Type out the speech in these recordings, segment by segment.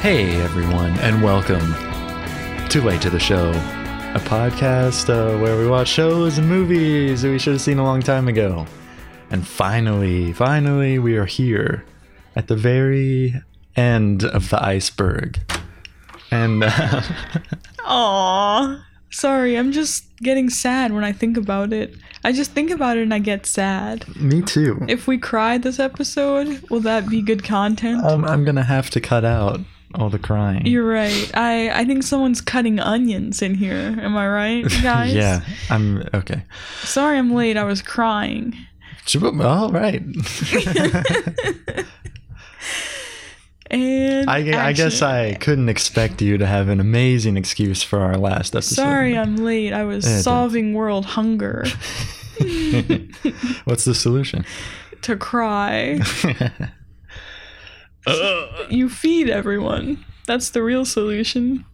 Hey, everyone, and welcome to Late to the Show, a podcast uh, where we watch shows and movies that we should have seen a long time ago. And finally, finally, we are here at the very end of the iceberg. And uh, Aww. Sorry, I'm just getting sad when I think about it. I just think about it and I get sad. me too. If we cry this episode, will that be good content? Um, I'm going to have to cut out all the crying. You're right. I I think someone's cutting onions in here. Am I right, guys? yeah, I'm okay. Sorry, I'm late. I was crying. All right. And I, I guess action. I couldn't expect you to have an amazing excuse for our last episode. Sorry, I'm late. I was Yeah, dude. solving world hunger What's the solution? to cry. You feed everyone. That's the real solution.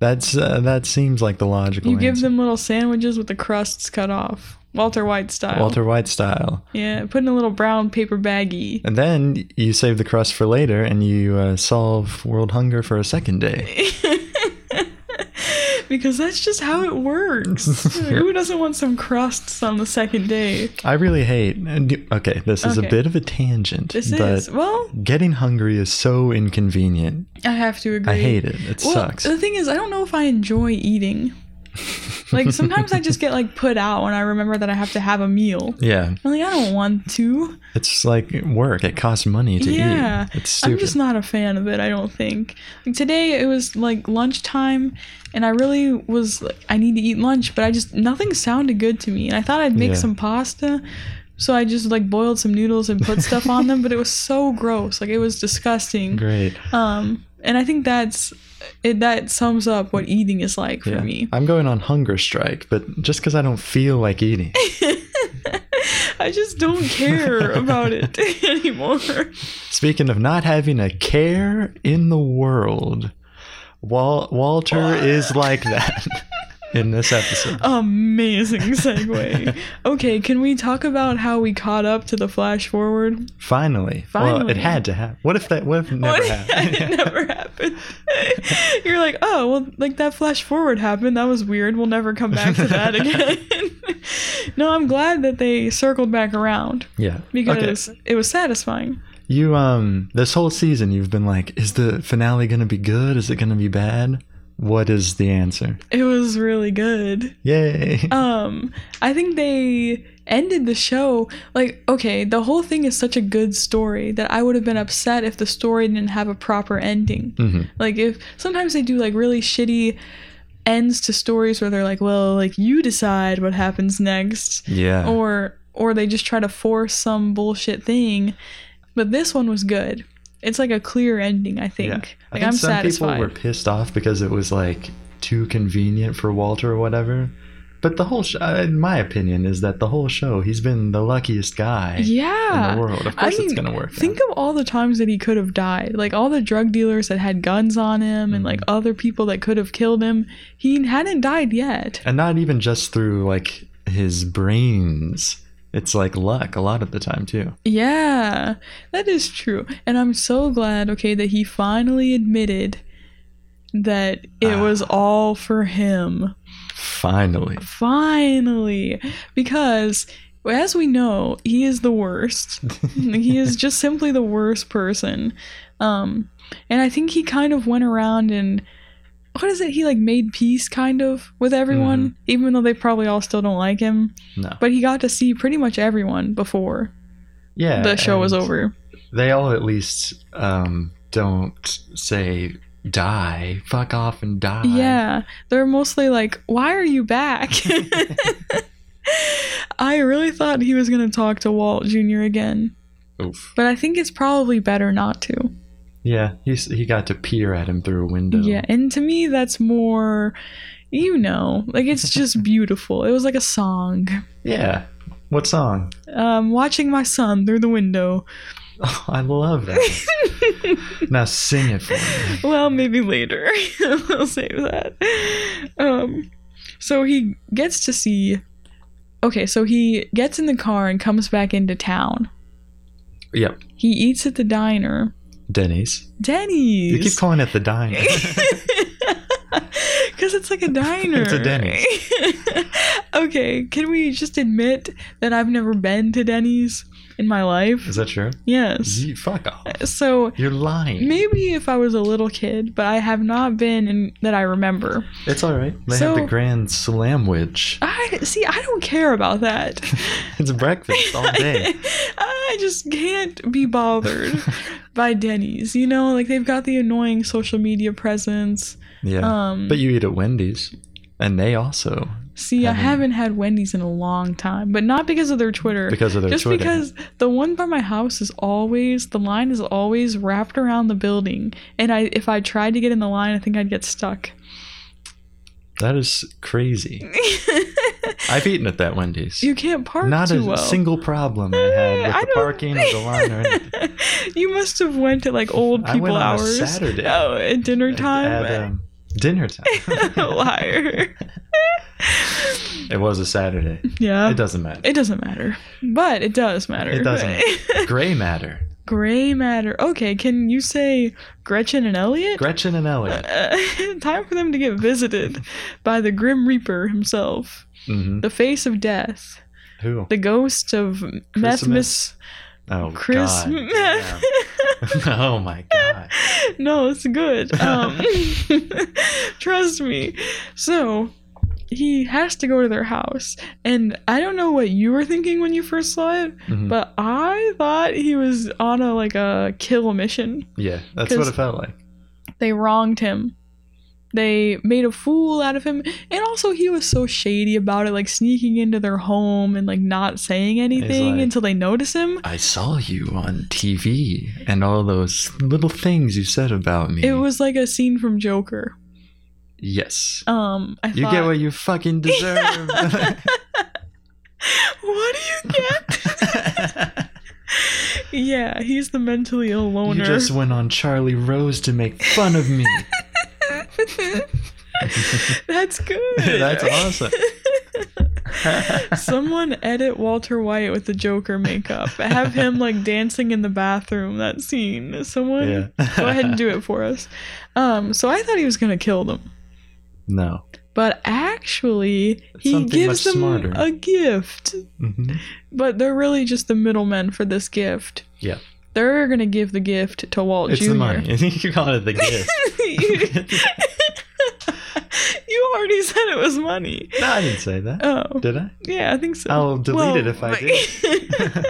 That's uh, that seems like the logical. You give answer. them little sandwiches with the crusts cut off, Walter White style. Walter White style, Yeah, put in a little brown paper baggie. and then you save the crust for later, and you uh, solve world hunger for a second day. because that's just how it works. Who doesn't want some crusts on the second day? I really hate. and you- Okay, this is a Okay. bit of a tangent, This but is well, getting hungry is so inconvenient. I have to agree. I hate it. It Well, uh, sucks. The thing is, I don't know if I enjoy eating. Like sometimes I just get like put out when I remember that I have to have a meal. Yeah, I'm like, I don't want to. it's like work. It costs money to Yeah, eat. It's I'm stupid. just not a fan of it. I don't think. Like today it was like lunchtime, and I really was like, I need to eat lunch, but I just nothing sounded good to me, and I thought I'd make Yeah. some pasta, so I just like boiled some noodles and put stuff on them, but it was so gross, like it was disgusting. Great. Um, and I think that's it. That sums up what eating is like for Yeah. me. I'm going on hunger strike, but just because I don't feel like eating. I just don't care about it anymore. Speaking of not having a care in the world, Wal- Walter is like that in this episode. Amazing segue. okay, can we talk about how we caught up to the flash forward? Finally. Well, it Finally. had to happen. What if that what if it never happened? it never happened. You're like, oh, well, like that flash forward happened. That was weird. We'll never come back to that again. no, I'm glad that they circled back around yeah. because it was satisfying. okay. you um this whole season you've been like, is the finale gonna be good? Is it gonna be bad? What is the answer? It was really good. Yay. um i think they ended the show like okay the whole thing is such a good story that i would have been upset if the story didn't have a proper ending hmm like if sometimes they do like really shitty ends to stories where they're like well like you decide what happens next Yeah. or or they just try to force some bullshit thing but this one was good it's like a clear ending i think Yeah. I like think i'm some satisfied people were pissed off because it was like too convenient for Walter or whatever. But the whole, sh- uh, in my opinion, is that the whole show he's been the luckiest guy yeah in the world. Of I course, it's mean, gonna work. out. Think of all the times that he could have died. Like all the drug dealers that had guns on him and like Mm-hmm. other people that could have killed him. He hadn't died yet. and not even just through like his brains. It's like luck a lot of the time too. Yeah, that is true. And I'm so glad, okay, that he finally admitted that it Ah. was all for him. Finally, Finally. Because. As we know, he is the worst. he is just simply the worst person. Um, and I think he kind of went around and what is it? He like made peace kind of with everyone, Mm-hmm. even though they probably all still don't like him. no. But he got to see pretty much everyone before Yeah, the show was and over. They all at least um, don't say die, fuck off, and die. Yeah, they're mostly like, "Why are you back?" I really thought he was gonna talk to Walt Jr. again, Oof. but I think it's probably better not to. Yeah, he's, he got to peer at him through a window. Yeah, and to me, that's more, you know, like it's just beautiful. It was like a song. Yeah. What song? Um, watching my son through the window. Oh, I love that. now sing it for me. Well, maybe later. we'll save that. Um, so he gets to see. Okay, so he gets in the car and comes back into town. Yep. He eats at the diner. Denny's. Denny's. You keep calling it the diner. Because it's like a diner. It's a Denny's. okay, can we just admit that I've never been to Denny's in my life? Is Mm-hmm. that true? Yes. You, fuck off. So You're lying. maybe if I was a little kid, but I have not been in, that I remember. It's all right. They have So- the grand slamwich. I see. I don't care about that. It's breakfast all day. I just can't be bothered by Denny's. You know, like they've got the annoying social media presence. yeah. um, but you eat at Wendy's, and they also See, I Haven't- haven't had Wendy's in a long time, but not because of their Twitter. because of their just Twitter. because the one by my house is always the line is always wrapped around the building, and I if I tried to get in the line, I think I'd get stuck. that is crazy. I've eaten at that Wendy's. you can't park Not too a well. single problem I had with I the don't- parking or the line or anything. you must have went at like old I went people on a hours. Saturday. Oh, at dinner At- time. at, um, dinner time. Liar. it was a Saturday. yeah. It doesn't matter. It doesn't matter, but it does matter. It doesn't. Gray matter. Gray matter. Okay, can you say Gretchen and Elliot? Gretchen and Elliot. Uh, time for them to get visited by the Grim Reaper himself, hmm the face of death, Who? the ghost of Methmas Christmas? Oh Chris. God. damn. oh my God. no, it's good. Um, trust me. So he has to go to their house, and I don't know what you were thinking when you first saw it, Mhm. but I thought he was on a like a kill mission. Yeah, that's what Because- it felt like. they wronged him. They made a fool out of him. And also, he was so shady about it, like sneaking into their home and like not saying anything like- until they notice him. I saw you on TV and all those little things you said about me. It was like a scene from Joker. yes. Um, I You thought, get what you fucking deserve. what do you get? yeah, he's the mentally ill loner. you just went on Charlie Rose to make fun of me. That's good. That's awesome. Someone edit Walter White with the Joker makeup. Have him like dancing in the bathroom. That scene. Someone yeah. go ahead and do it for us. Um, so I thought he was gonna kill them, No. but actually he Something much gives them smarter. a gift. Mhm. But they're really just the middlemen for this gift. Yeah. They're gonna give the gift to Walt It's Jr. the money. you call it the gift. you, you already said it was money. No, I didn't say that. Oh, Did I? yeah, I think so. I'll delete it if I do.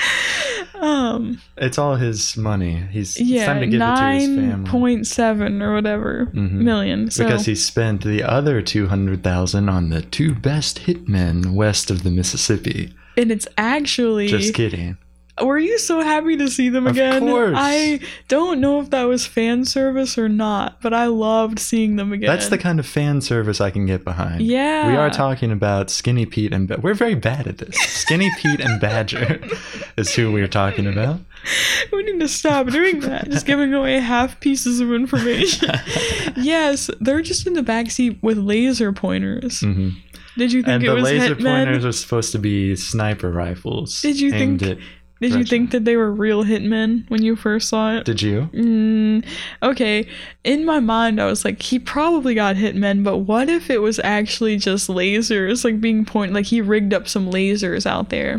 do. um, It's all his money. He's it's yeah, time to give it to his nine family. point seven or whatever Mhm. million. So Because he spent the other two hundred thousand on the two best hitmen west of the Mississippi. and it's actually Just kidding. were you so happy to see them Of again course. i don't know if that was fan service or not but i loved seeing them again That's the kind of fan service I can get behind. yeah We are talking about Skinny Pete and ba- we're very bad at this. Skinny Pete and Badger is who we're talking about. we need to stop doing that just giving away half pieces of information Mm-hmm. yes they're just in the backseat with laser pointers hmm did you think And it the was laser hitmen pointers are supposed to be sniper rifles. Did you aimed think- at- did you Gretchen. think that they were real hitmen when you first saw it Did you? Mm, okay. In my mind, I was like, he probably got hitmen, but what if it was actually just lasers, like being point, like he rigged up some lasers out there.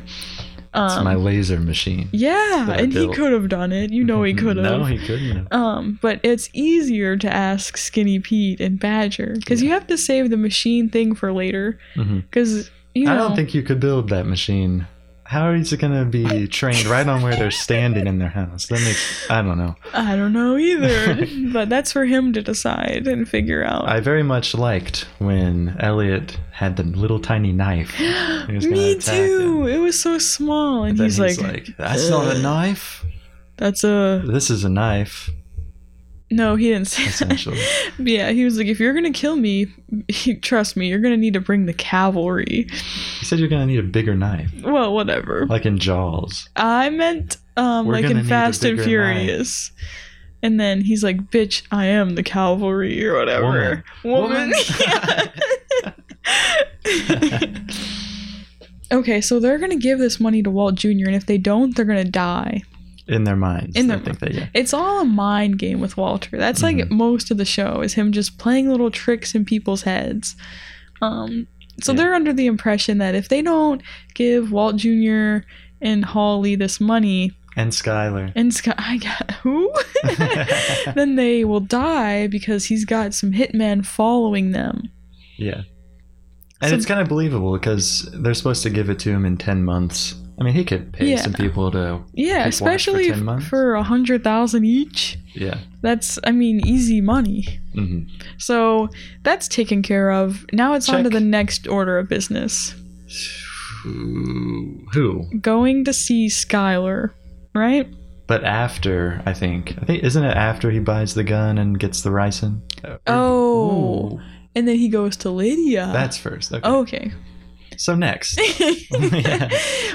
It's Um, my laser machine. yeah, that I and he built. Mm-hmm. could have done it. You know, he could have. No, he couldn't. have. um, but it's easier to ask Skinny Pete and Badger because you have to save the machine thing for later. Mhm. Because you know, I don't think you could build that machine. How is it going to be trained right on where they're standing in their house? That makes I don't know. I don't know either. but that's for him to decide and figure out. I very much liked when Elliot had the little tiny knife. He was gonna Me attack him. too. It was so small, and, then he's, like, "That's not a "Ugh." knife. "That's a This is a knife." no." He didn't say that. Essentially, Yeah, he was like, "If you're gonna kill me, trust me, you're gonna need to bring the cavalry." he said you're going to need a bigger knife, Well, whatever. like in Jaws. I meant um, We're like gonna in need a Fast and bigger Furious. And then he's like, "Bitch, I am the cavalry or whatever." Woman. Yeah. okay, so they're gonna give this money to Walt Jr. and if they don't, they're gonna die. in their minds. In they their think that yeah. It's all a mind game with Walter. That's like Mhm. most of the show is him just playing little tricks in people's heads. Um, so Yeah. they're under the impression that if they don't give Walt Jr. and Hawley this money, And Skylar. and Scott, I got who? then they will die because he's got some hitmen following them. Yeah. And So- it's kind of believable because they're supposed to give it to him in 10 months. I mean, he could pay Yeah. some people to. Yeah, Keep watch for especially 10 f- months? for a hundred thousand each. Yeah. That's, I mean, easy money. hmm So that's taken care of. Now it's on to Check. the next order of business. Who? going to see Skylar, right? But after, I think. I think, isn't it after he buys the gun and gets the ricin? Oh. Ooh, And then he goes to Lydia. that's first. Okay. okay. So next,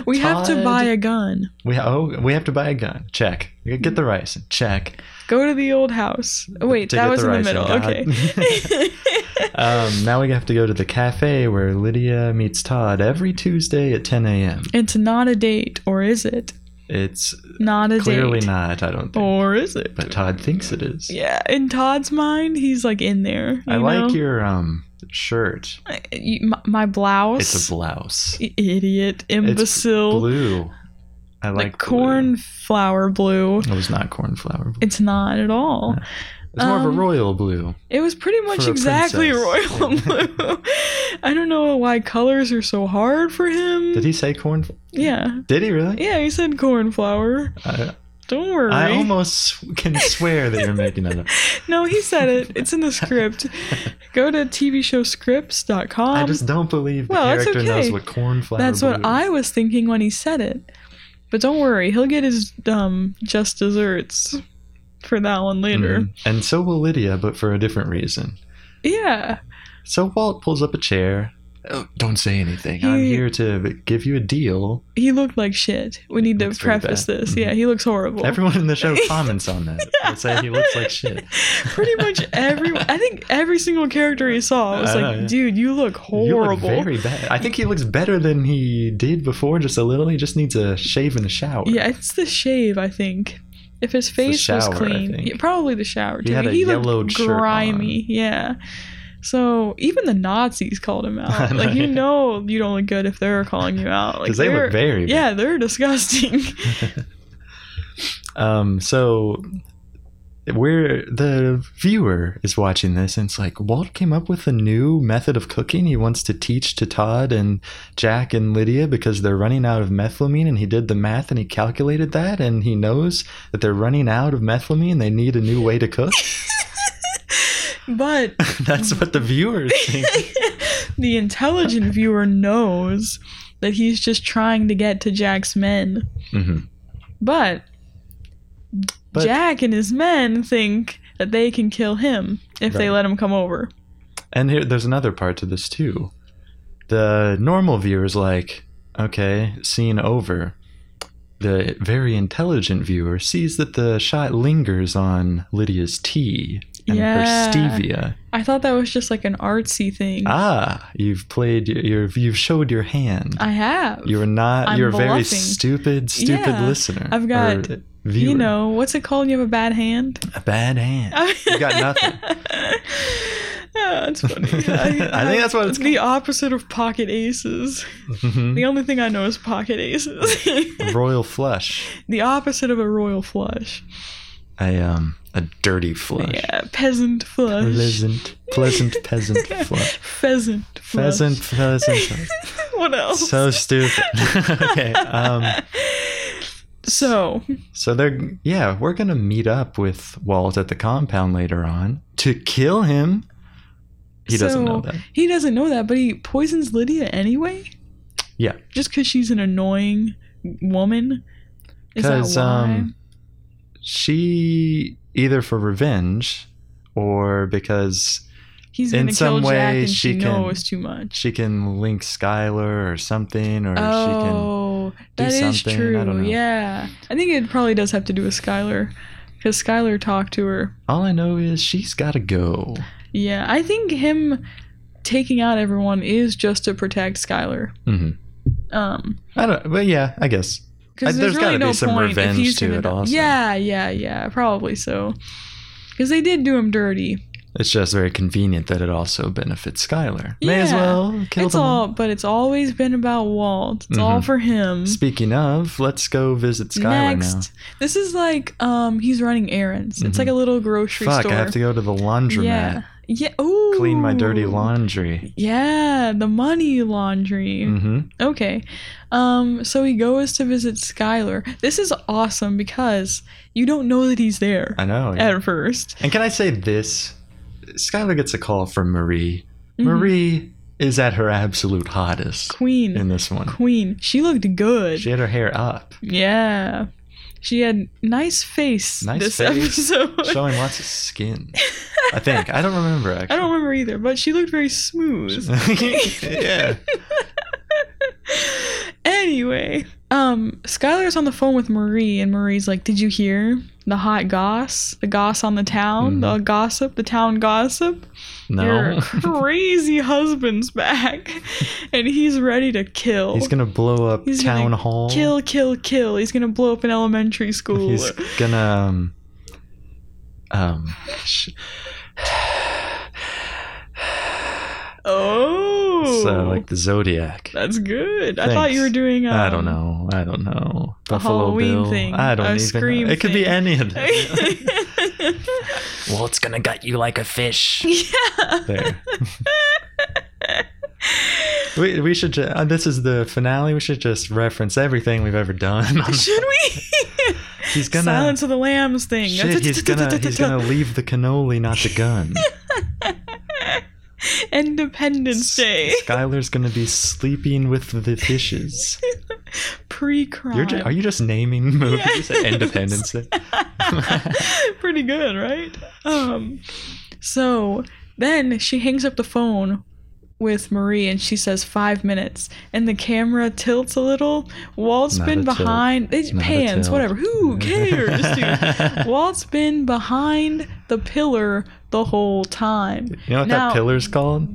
We have to Todd. buy a gun. we, oh, we have to buy a gun. Check. Get the ricin. Check. Go to the old house. Oh, Wait, To that get was the in the rice middle. and Okay. Um, now we have to go to the cafe where Lydia meets Todd every Tuesday at 10 a.m. it's not a date, or is it? It's Not a clearly date. not, I don't think. Or is it? But Todd thinks it is. Yeah, in Todd's mind, he's like in there. I you know? like your um shirt. I- you- My, my blouse. It's a blouse. I- Idiot, imbecile. Blue. I The like blue. cornflower blue. It was not cornflower blue. It's not at all. No. It's more of a um, royal blue. It was pretty much For a exactly princess. royal and blue. I don't know why colors are so hard for him. Did he say corn? yeah. Did he really? Yeah, he said cornflower. I, Don't worry. I almost can swear that you're making that up. no, he said it. It's in the script. Go to tvshowscripts.com. I just don't believe the Um, well, that's character okay. knows what cornflower That's blue what I was thinking when he said it. But don't worry, he'll get his um just desserts for that one later. Mhm. And so will Lydia, but for a different reason. Yeah. So Walt pulls up a chair. Oh, don't say anything. I'm He- here to give you a deal. He looked like shit. We need to looks pretty preface bad. this. Mhm. Yeah, he looks horrible. Everyone in the show comments on that. They say he looks like shit. pretty much every i think every single character he saw was I like know, yeah. dude you look You look horrible very bad. I think he looks better than he did before, just a little. He just needs a shave and a shower. yeah it's the shave i think if his face was shower, I clean think. yeah, probably the shower He too had a looked yellowed shirt grimy yeah so even the nazis called him I out know, like you yeah. know you don't look good if they're calling you out like because they they're- look very bad. yeah they're disgusting Um, so we're the viewer is watching this, and it's like Walt came up with a new method of cooking. He wants to teach to Todd and Jack and Lydia because they're running out of methylamine, and he did the math and he calculated that, and he knows that they're running out of methylamine. They need a new way to cook. but That's what the viewers think. the intelligent viewer knows that he's just trying to get to jack's men Mhm. But, But- Jack and his men think that they can kill him if they Right. let him come over. And here, there's another part to this too. The normal viewer's like, okay, scene over. The very intelligent viewer sees that the shot lingers on Lydia's tea and Yeah. her stevia. I thought that was just like an artsy thing. Ah, you've played your, you've showed your hand. I have. You're not. I'm you're a very bluffing. stupid, stupid Yeah, listener. I've got- or viewer. you know, what's it called when you have a bad hand? a bad hand. You got nothing. Yeah, Oh, that's funny. I think that's what it's the opposite of pocket aces. Mhm. The only thing I know is pocket aces. Royal flush. the opposite of a royal flush. A um, a dirty flush. Yeah, peasant flush. Pleasant, pleasant peasant flush. Pheasant flush. Pheasant, pheasant. what else? so stupid. okay. Um, So, so they're yeah, we're gonna meet up with Walt at the compound later on to kill him. He doesn't know So- that. he doesn't know that, but he poisons Lydia anyway. Yeah. Just because she's an annoying woman. Is that Because why? um, she either for revenge or because He's in gonna kill some Jack way and she, she can- knows too much. she can link Skylar or something, or she can Oh, that is something, I true. don't know. Yeah, I think it probably does have to do with Skylar, because Skylar talked to her. All I know is she's got to go. Yeah, I think him taking out everyone is just to protect Skylar. hmm Um, I don't. But yeah, I guess Because I- there's, there's really gotta be no some point if revenge he's to gonna it die. also. Yeah, yeah, yeah. Probably so. Because they did do him dirty. It's just very convenient that it also benefits Skylar. May as Yeah. well kill it's them all, but it's always been about Walt. It's all Mhm. for him. Speaking of, let's go visit Skylar now. Next, this is like um, he's running errands. It's Mhm. like a little grocery Fuck, store. I have to go to the laundromat. yeah, yeah. Ooh, Clean my dirty laundry. Yeah, the money laundry. hmm Okay. Um, so he goes to visit Skylar. This is awesome because you don't know that he's there I know. at first. And can I say this? Skylar gets a call from Marie. Mhm. Marie is at her absolute hottest Queen. in this one. Queen. She looked good. She had her hair up, yeah. She had nice face Nice this face. episode. showing lots of skin. I think. I don't remember, actually. I don't remember either, but she looked very smooth. yeah. anyway, um, Skylar's on the phone with Marie, and Marie's like, "Did you hear the hot goss? The goss on the town, the gossip, the town gossip. Your Mm-hmm. No. crazy husband's back, and he's ready to kill. He's gonna blow up He's gonna town hall. kill, kill, kill. He's gonna blow up an elementary school. He's gonna um, um sh- oh, so like the Zodiac. that's good. I thought you were Thanks. doing. Um, I don't know. I don't know. Buffalo Halloween Bill. thing, I don't a even. scream it could be thing. any of them. Walt's gonna gut you like a fish. yeah. There. we we should. Ju- uh, this is the finale. We should just reference everything we've ever done. Should we? he's gonna. Silence of the Lambs thing. Shit, he's gonna he's gonna leave the cannoli, not the gun. Independence Day. Skylar's gonna be sleeping with the fishes. Pre-crime. You're ju- are you just naming movies? Yes. Independence Day. Pretty good, right? Um. So then she hangs up the phone with Marie and she says five minutes and the camera tilts a little. Walt's Not a been tilt. behind it Not a pans, tilt. whatever. Who cares, dude? Walt's been behind the pillar the whole time. You know what Now- that pillar's called?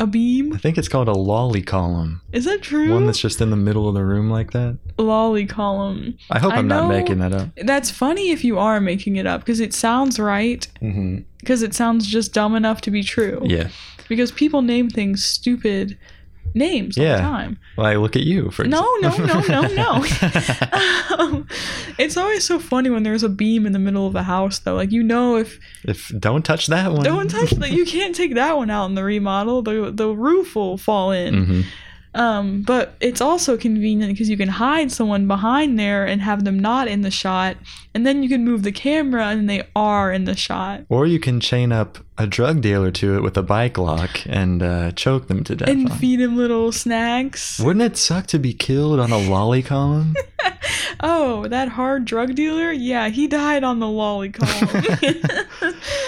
A I beam? think it's called a lolly column. Is that true? One that's just in the middle of the room like that. lolly column. I hope I I'm not know- making that up. That's funny if you are making it up because it sounds right Mm-hmm. because it sounds just dumb enough to be true. Yeah. Because people name things stupid names all Yeah. the time. Like, look at you, for No, no, example. no, no, no. Um, it's always so funny when there's a beam in the middle of a house though. Like you know if if don't touch that one. don't touch that you can't take that one out in the remodel, the the roof will fall in. hmm Um, but it's also convenient because you can hide someone behind there and have them not in the shot, and then you can move the camera and they are in the shot. Or you can chain up a drug dealer to it with a bike lock and uh, choke them to death. and on it. feed him little snacks. Wouldn't it suck to be killed on a lolly column? Oh, that hard drug dealer? Yeah, he died on the lolly column.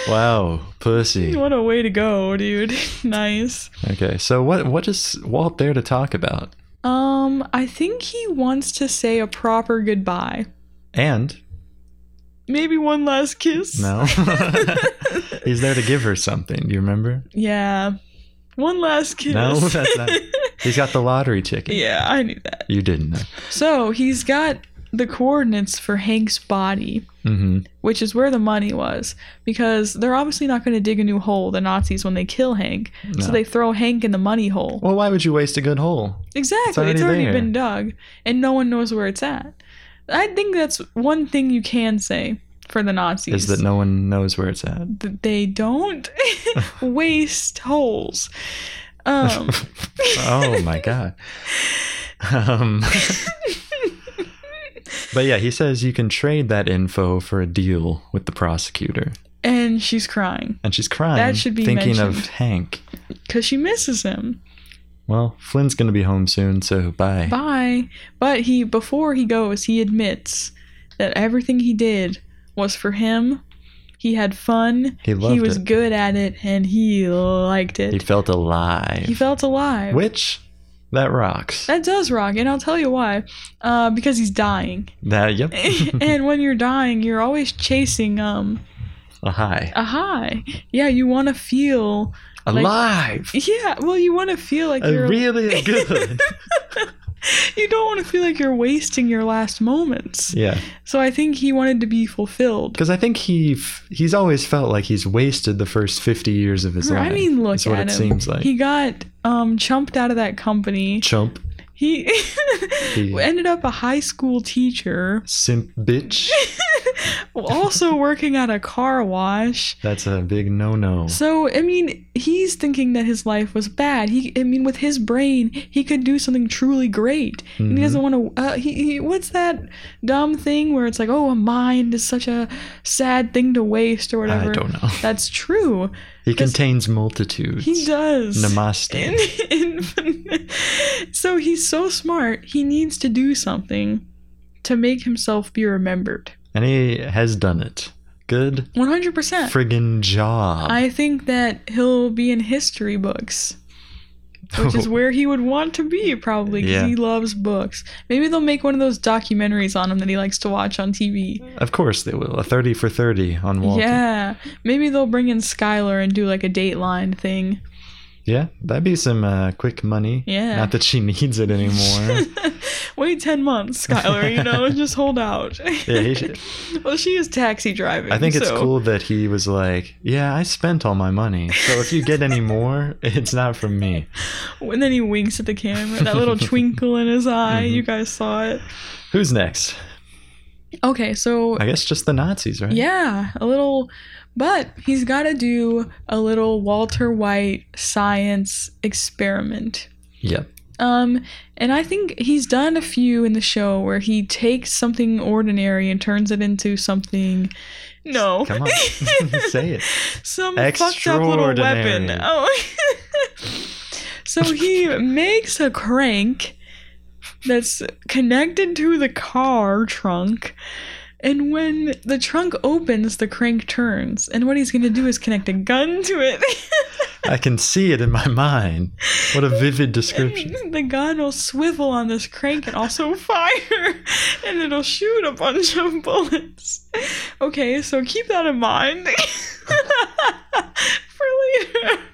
wow, pussy. what a way to go, dude. nice. Okay, so what what is Walt there to talk about? Um, I think he wants to say a proper goodbye. And Maybe one last kiss. no, he's there to give her something. Do you remember? Yeah. One last kiss. No, that's not. He's got the lottery ticket. yeah, I knew that. You didn't know. So he's got the coordinates for Hank's body, Mm-hmm. which is where the money was, because they're obviously not going to dig a new hole, the Nazis, when they kill Hank. So No. they throw Hank in the money hole. Well, why would you waste a good hole? exactly. It's already, already there. been dug, and no one knows where it's at. I think that's one thing you can say for the Nazis. Is that no one knows where it's at? that they don't waste holes. Um, Oh my god. Um, but yeah, he says you can trade that info for a deal with the prosecutor, and she's crying and she's crying, That should be thinking of mentioned. Hank. because she misses him. Well, Flynn's gonna be home soon, so bye. bye. But he before he goes, he admits that everything he did was for him. He had fun. He loved was it. good at it, and he liked He it. felt alive. He felt alive. Which that rocks. that does rock, and I'll tell you why. Uh, because he's dying, That yep. and when you're dying, you're always chasing um a high. a high. Yeah, you want to feel. Alive. Yeah, well, you want to feel like Uh, you're really good. you don't want to feel like you're wasting your last moments. Yeah. So I think he wanted to be fulfilled. Because I think he f- he's always felt like he's wasted the first 50 years of his life. I mean, look That's what at it him. seems like. He got um chumped out of that company. Chump, He He- ended up a high school teacher, simp, bitch. also working at a car wash. That's a big no-no. So, I mean, he's thinking that his life was bad. He, I mean, with his brain, he could do something truly great. And he Mhm. doesn't want to. Uh, he, he, what's that dumb thing where it's like, oh, a mind is such a sad thing to waste or Mm-hmm. whatever? I don't know. That's true. He 'Cause- contains multitudes. He does. Namaste. In- in- so he's so smart. He needs to do something to make himself be remembered. And he has done it. Good One hundred percent. friggin' job. I think that he'll be in history books. which is where he would want to be probably because Yeah. he loves books. Maybe they'll make one of those documentaries on him that he likes to watch on TV. Of course they will. A 30 for 30 on Walton. Yeah, maybe they'll bring in Skylar and do like a Dateline thing. Yeah, that'd be some uh, quick money. Yeah. Not that she needs it anymore. Wait ten months, Skylar. You know, just hold out. Yeah, he should- well, she is taxi driving. I think it's so- cool that he was like, "Yeah, I spent all my money. So if you get any more, it's not from me." And then he winks at the camera. That little twinkle in his eye. Mhm. You guys saw it. Who's next? Okay, so I guess just the Nazis, right? Yeah, a little, but he's got to do a little Walter White science experiment. Yep. Um, and I think he's done a few in the show where he takes something ordinary and turns it into something. No, Come on, say it. some fucked up little weapon. Extraordinary. Oh, so he makes a crank that's connected to the car trunk. And when the trunk opens, the crank turns. And what he's going to do is connect a gun to it. I can see it in my mind. What a vivid description. the gun will swivel on this crank and also fire. And it'll shoot a bunch of bullets. Okay, so keep that in mind for later.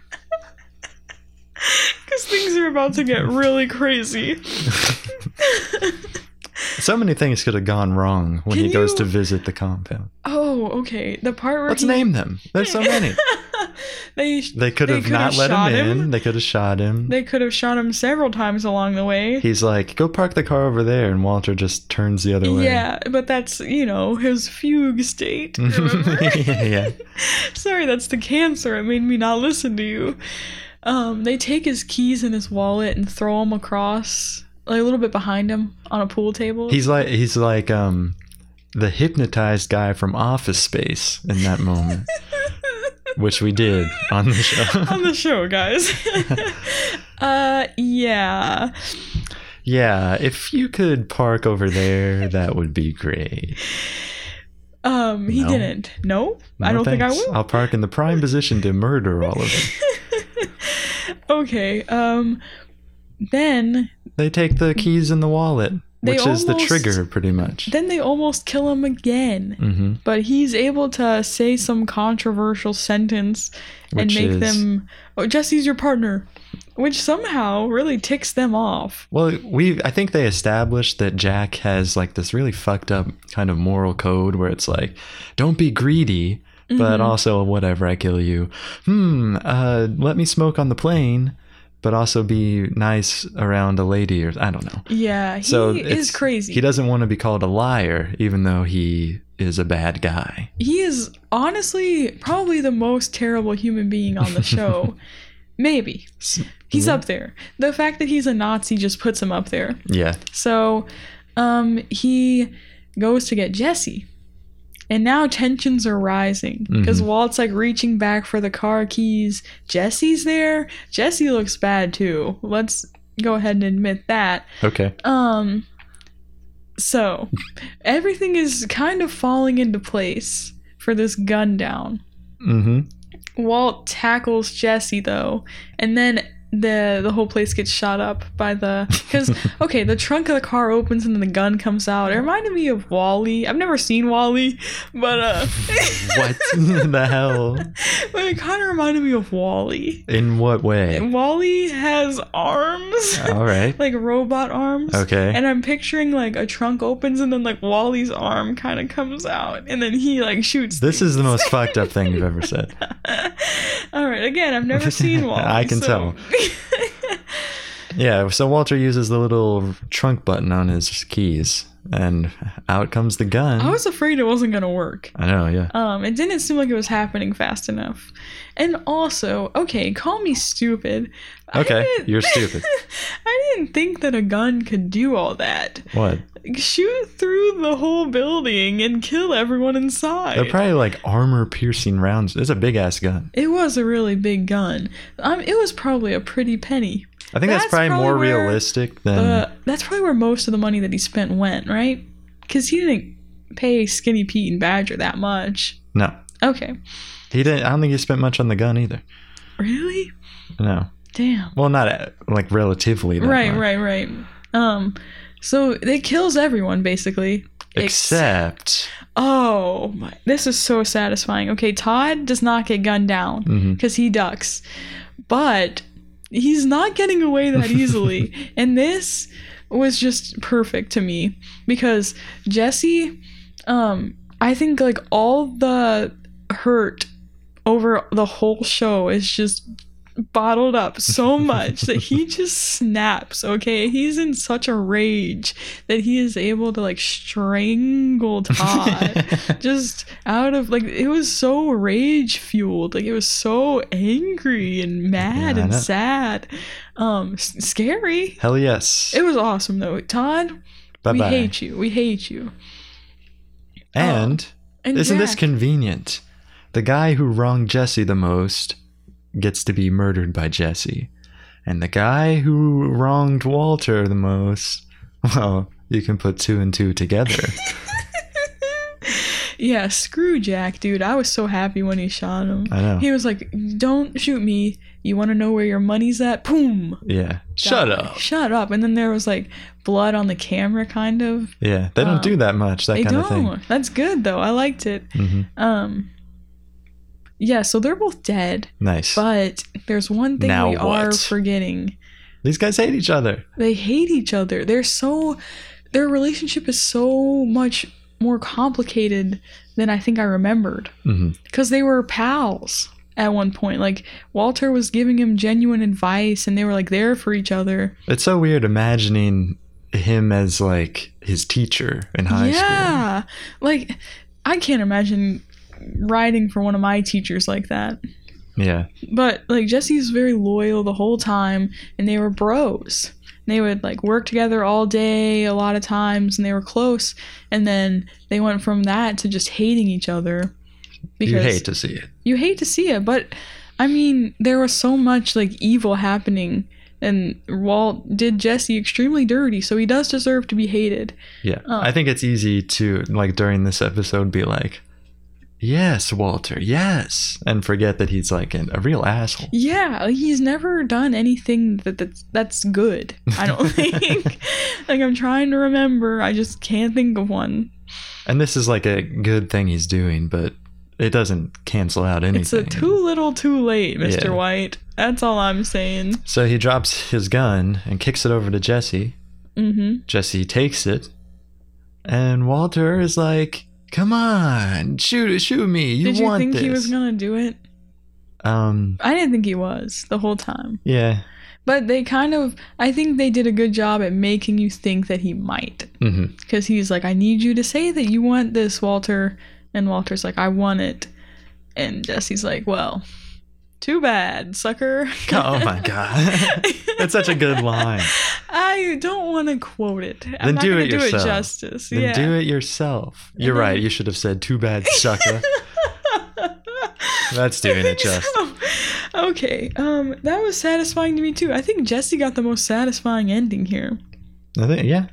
Because things are about to get really crazy. So many things could have gone wrong when Can he goes you- to visit the compound. Oh, okay. The part where Let's he- name them. There's so many. they They could They have could not have let shot him in. him. They could have shot him. They could have shot him several times along the way. He's like, "Go park the car over there," and Walter just turns the other way. Yeah, but that's, you know, his fugue state. remember? yeah. Sorry, that's the cancer. It made me not listen to you. Um, they take his keys and his wallet and throw him across, like a little bit behind him on a pool table. He's like he's like um the hypnotized guy from Office Space in that moment, which we did on the show. on the show, guys. uh, yeah. yeah, if you could park over there, that would be great. Um, he No. didn't. No, I No, don't think I thanks. will. I'll park in the prime position to murder all of them. okay. Um, then They take the keys and the wallet, They which is the almost- trigger, pretty much. then they almost kill him again, hmm but he's able to say some controversial sentence and Which make is- them. Oh, Jesse's your partner, which somehow really ticks them off. Well, we I think they established that Jack has like this really fucked up kind of moral code where it's like, don't be greedy, but Mm-hmm. also whatever I kill you. Hmm, uh, let me smoke on the plane, but also be nice around a lady or I don't know. Yeah, he So is it's- crazy. He doesn't want to be called a liar, even though he is a bad guy. he is honestly probably the most terrible human being on the show. Maybe. He's Yeah. up there. The fact that he's a Nazi just puts him up there. Yeah, So um, he goes to get Jesse. And now tensions are rising because Mhm. Walt's like reaching back for the car keys. Jesse's there. Jesse looks bad too. Let's go ahead and admit that. okay. Um so everything is kind of falling into place for this gun down. Mm-hmm. Walt tackles Jesse though, and then the the whole place gets shot up by the because okay the trunk of the car opens and then the gun comes out it reminded me of wally i've never seen wally but uh What the hell? but it kind of reminded me of wally In what way? wally has arms All right. like robot arms Okay. and i'm picturing like a trunk opens and then like wally's arm kind of comes out and then he like shoots This is the things. most fucked up thing you've ever said. all right again i've never seen wally I can so- Yeah, so Walter uses the little trunk button on his keys, and out comes the gun. i was afraid it wasn't gonna work I know, yeah. Um, it didn't seem like it was happening fast enough. And also, okay, call me stupid. I Okay, didn't- you're stupid. I didn't think that a gun could do all that. What? Shoot through the whole building and kill everyone They're inside. probably like armor piercing rounds. It's a big ass gun. it was a really big gun. Um, it was probably a pretty penny. I think that's, That's probably, probably more where realistic than. Uh, that's probably where most of the money that he spent went, right? Because he didn't pay Skinny Pete and Badger that much. no, Okay, he didn't. I don't think he spent much on the gun either. really? No, Damn. well, not uh, like relatively. That right much. right right um so it kills everyone basically Except, oh my this is so satisfying okay todd does not get gunned down Mhm. because he ducks but he's not getting away that easily and this was just perfect to me because jesse um i think like all the hurt over the whole show is just bottled up so much that he just snaps okay he's in such a rage that he is able to like strangle todd just out of like it was so rage fueled like it was so angry and mad Yeah, I and know. sad um s- scary hell yes. it was awesome though todd Bye we bye. hate you we hate you oh. And and isn't this Jack- convenient? The guy who wronged Jesse the most gets to be murdered by Jesse, and the guy who wronged Walter the most, well, you can put two and two together. yeah screw jack dude i was so happy when he shot him I know. he was like don't shoot me you want to know where your money's at boom Yeah. Shut Die. up. shut up and then there was like blood on the camera kind of Yeah, they don't Um, do that much. That they kind don't that's good though i liked it of thing. hmm Um. Yeah, so they're both dead, Nice. but there's one thing Now we are what? forgetting. These guys hate each other. They hate each other. They're so their relationship is so much more complicated than I think I remembered hmm because they were pals at one point. Like Walter was giving him genuine advice and they were like there for each other. It's so weird imagining him as like his teacher in high school. yeah. Like I can't imagine writing for one of my teachers like that. Yeah. But like Jesse's very loyal the whole time, and they were bros. They would like work together all day a lot of times, and they were close. And then they went from that to just hating each other You hate to see it. you hate to see it. But I mean, there was so much like evil happening, and Walt did Jesse extremely dirty, so he does deserve to be hated. Yeah. Oh. I think it's easy to like during this episode be like, "Yes, Walter, yes," and forget that he's like an, a real asshole. Yeah, like, he's never done anything that that's, that's good. I don't think. like I'm trying to remember, I just can't think of one. And this is like a good thing he's doing, but it doesn't cancel out anything. It's a too little, too late, Mr. Yeah. White. That's all I'm saying. So he drops his gun and kicks it over to Jesse. hmm Jesse takes it, and Walter is like, "Come on, shoot it, shoot me! You Did you want think this?" he was gonna do it? um, I didn't think he was the whole time. yeah, But they kind of, I think they did a good job at making you think that he might. hmm Because he's like, I need you to say that you want this, Walter. And Walter's like, I want it. And Jesse's like, well, too bad, sucker. oh my god, that's such a good line. I don't want to quote it. I'm Then not do gonna it do yourself. it justice. Then yeah. do it yourself. You're then- right. You should have said, "Too bad, sucker." That's uh, doing it just. So, okay. Um, that was satisfying to me too. I think Jesse got the most satisfying ending here. I think, yeah,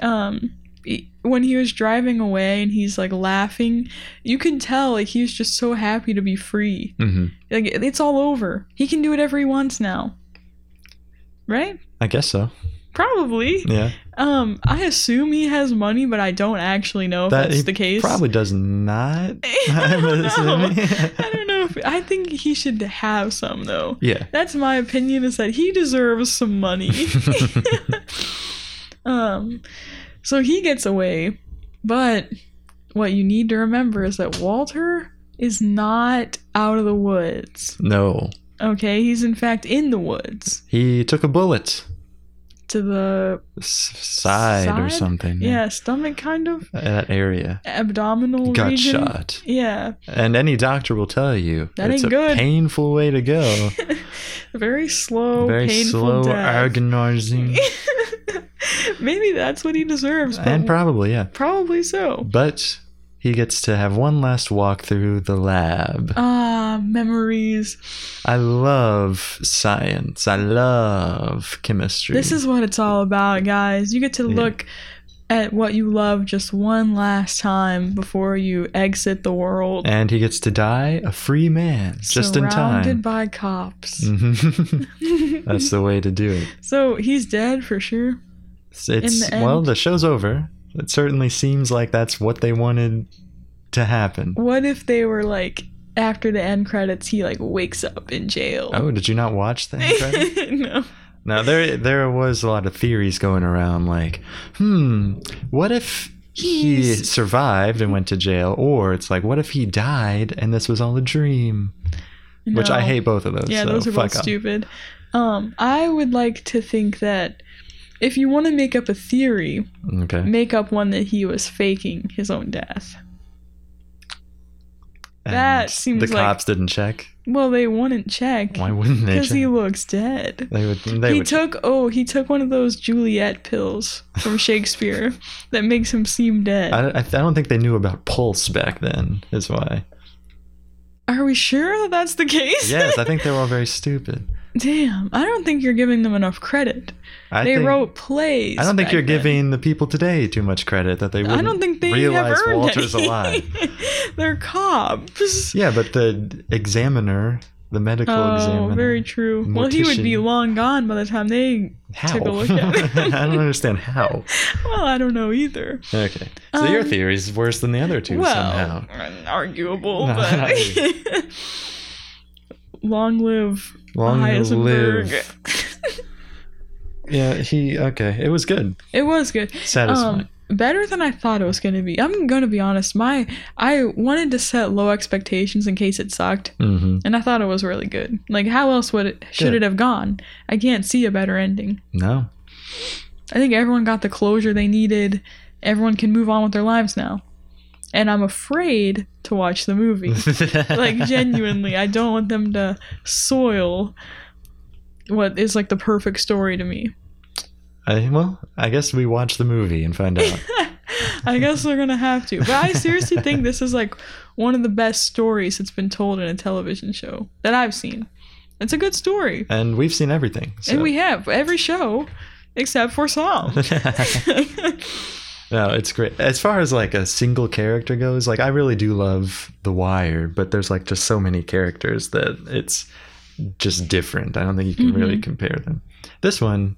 Um, e- when he was driving away and he's like laughing, you can tell like he was just so happy to be free. hmm Like it- it's all over. He can do whatever he wants now. right? I guess so. Probably. Yeah. Um, I assume he has money, but I don't actually know if That- that's he the case. Probably does not. I I'm don't know. assuming. I don't know if I think he should have some though. yeah. That's my opinion is that he deserves some money. um so he gets away, but what you need to remember is that Walter is not out of the woods. no. Okay, he's in fact in the woods He took a bullet. to the S- Side, or Side? something. yeah, stomach kind of That area. abdominal Got region. shot. Yeah, And any doctor will tell you That it's ain't a good. painful way to go. very slow, Very Oh, painful slow, death. agonizing. Maybe that's what he deserves, but and probably, yeah. probably so. But he gets to have one last walk through the lab. Ah, memories. I love science. I love chemistry. This is what it's all about, guys. You get to Yeah. look at what you love just one last time before you exit the world. and he gets to die a free man just in time. Surrounded by cops. Mhm. That's the way to do it. so he's dead for sure. It's, it's- the well, end- the show's over. It certainly seems like that's what they wanted to happen. What if they were like after the end credits, he like wakes up in jail? Oh, did you not watch that? no. now there there was a lot of theories going around like, hmm, what if he He's- survived and went to jail or it's like what if he died and this was all a dream? Which I No. hate both of those. Yeah, so those are fuck both 'em. stupid. Um, I would like to think that if you want to make up a theory, Okay. make up one that he was faking his own death. That seems the like- cops didn't check. Well, they wouldn't check Why wouldn't they? because Check? he looks dead. they would. They he would. took oh he took one of those Juliet pills from Shakespeare that makes him seem dead. I, I don't think they knew about pulse back then. Is why. Are we sure that that's the case? Yes, I think they were all very stupid. Damn, I don't think you're giving them enough credit. I they think, wrote plays. I don't think back you're then. giving the people today too much credit that they wouldn't I don't think they realize have earned Walter's any. alive. They're cops. Yeah, but the examiner, the medical Oh, examiner, very true. Well, he would be mortician. long gone by the time they. how? took a look at it. I don't understand how. Well, I don't know either. Okay, so your Um, theory is worse than the other two well, somehow. arguable, No, but long live Long Heisenberg. live. Yeah, he okay. It was good, It was good. satisfying. Um, better than I thought it was going to be. I'm going to be honest. My I wanted to set low expectations in case it sucked, mm-hmm. and I thought it was really good. Like, how else would it should Good. it have gone? I can't see a better ending. No, I think everyone got the closure they needed. Everyone can move on with their lives now. And I'm afraid to watch the movie. like genuinely, I don't want them to soil what is like the perfect story to me. I, well, I guess we watch the movie and find out. I guess they're gonna have to. But I seriously think this is like one of the best stories that's been told in a television show that I've seen. It's a good story. and we've seen everything. So. And we have every show except for Psalm. no, it's great. As far as like a single character goes, like I really do love The Wire, but there's like just so many characters that it's just different. I don't think you can really Mm-hmm. compare them. This one,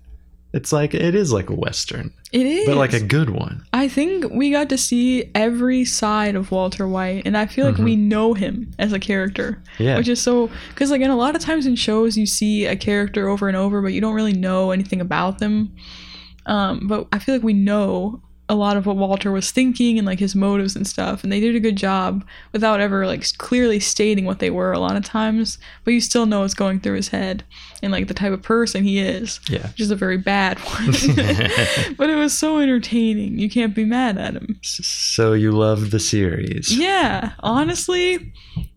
it's like it is like a western, it is but like a good one. I think we got to see every side of Walter White, and I feel like Mhm. we know him as a character, Yeah. which is so because like in a lot of times in shows you see a character over and over, but you don't really know anything about them. Um, but I feel like we know a lot of what Walter was thinking and like his motives and stuff, and they did a good job without ever like clearly stating what they were a lot of times, but you still know what's going through his head and like the type of person he is yeah. which is a very bad one. but it was so entertaining. You can't be mad at him. S- So you love the series. Yeah, honestly,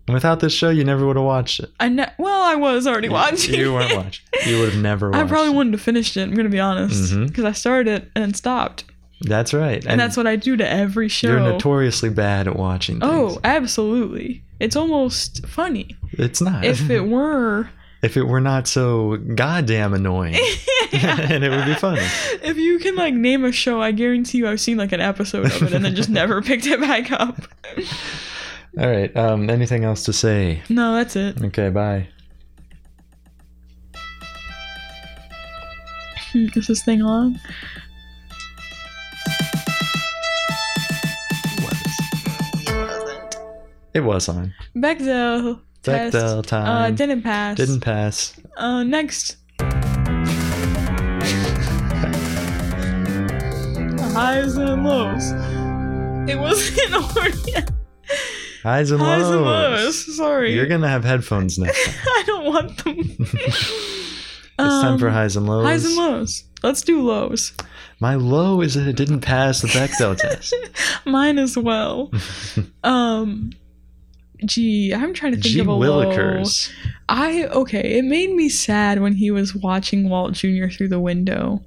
Without this show, you never would have watched it. I ne- well, I was already watching. You weren't it. watching. You would have never watched. I probably it. wouldn't have finished it. I'm gonna be honest, Mhm. because I started it and stopped, That's right. and, that's what I do to every show. You're notoriously bad at watching. oh, things. absolutely. It's almost funny. it's not. If it were, if it were not so goddamn annoying, and it would be funny. If you can like name a show, I guarantee you I've seen like an episode of it and then just never picked it back up. All right. Um. Anything else to say? No, that's it. Okay. Bye. Hmm, Is this thing on? It was on. Bechdel test. Bechdel Uh, time. didn't pass. Didn't pass. Uh, next. The highs and lows. It was in order. Highs and Highs lows. and lows. Sorry. You're gonna have headphones next. time. I don't want them. it's It's time for highs and lows. Um, Highs and lows. Let's do lows. My low is that it didn't pass the Bechdel test. Mine as well. um, gee, I'm trying to think G. of a low. Willikers. I okay. It made me sad when he was watching Walt Jr. through the window.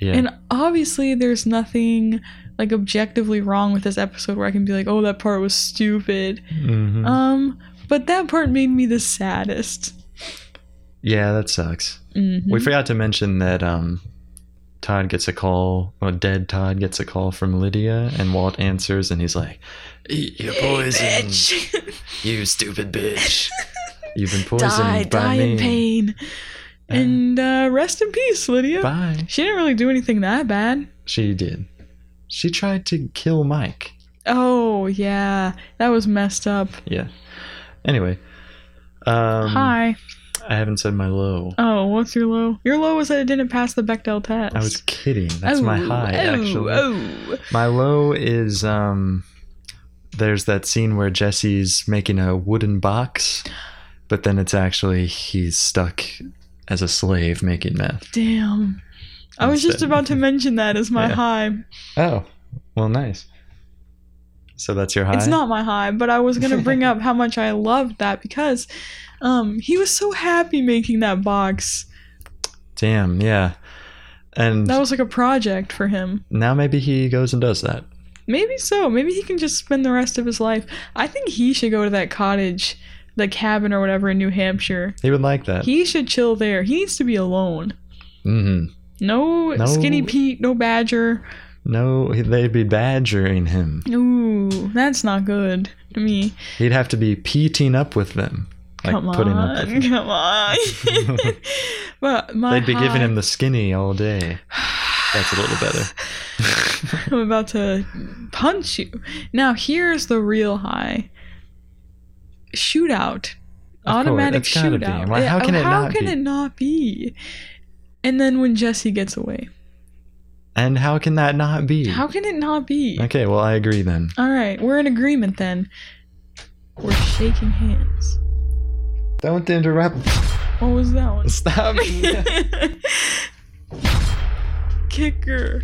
Yeah. And obviously, there's nothing like objectively wrong with this episode where I can be like, "Oh, that part was stupid." Mhm. Um, but that part made me the saddest. yeah, that sucks. Mhm. We forgot to mention that um, Todd gets a call, or dead Todd gets a call from Lydia, and Walt answers, and he's like, "Eat your Hey, poison, bitch. you stupid bitch. You've been poisoned die, by die me. in pain. And uh, rest in peace, Lydia. Bye." She didn't really do anything that bad. She did. She tried to kill Mike. Oh yeah, that was messed up. Yeah. Anyway, um, Hi. I haven't said my low. Oh, what's your low? Your low was that it didn't pass the Bechdel test. I was kidding. That's Oh, my high, oh, actually. Oh. My low is um there's that scene where Jesse's making a wooden box, but then it's actually he's stuck as a slave making meth. Damn. I was just Instead. about to mention that as my Yeah. high. Oh, well, nice. So that's your high. It's not my high, but I was gonna bring up how much I loved that because um he was so happy making that box. Damn, yeah. And That was like a project for him. now maybe he goes and does that. Maybe so. Maybe he can just spend the rest of his life. I think he should go to that cottage, the cabin or whatever in New Hampshire. He would like that. He should chill there. He needs to be alone. mm-hmm. No, No. skinny Pete, no badger. No, he- they'd be badgering him. Ooh, that's not good to me. He'd have to be peating up with them, like come putting on, up with them. come on. but my They'd be giving high- him the skinny all day. That's a little better. I'm about to punch you. Now here's the real high. Shootout. Of course, Automatic it's gotta be. shootout. Why- how can it how not can be? it not be? And then when Jesse gets away. And how can that not be? How can it not be? okay, well, I agree then. All right, we're in agreement then. We're shaking hands. Don't interrupt. What was that one? Stop. Kicker.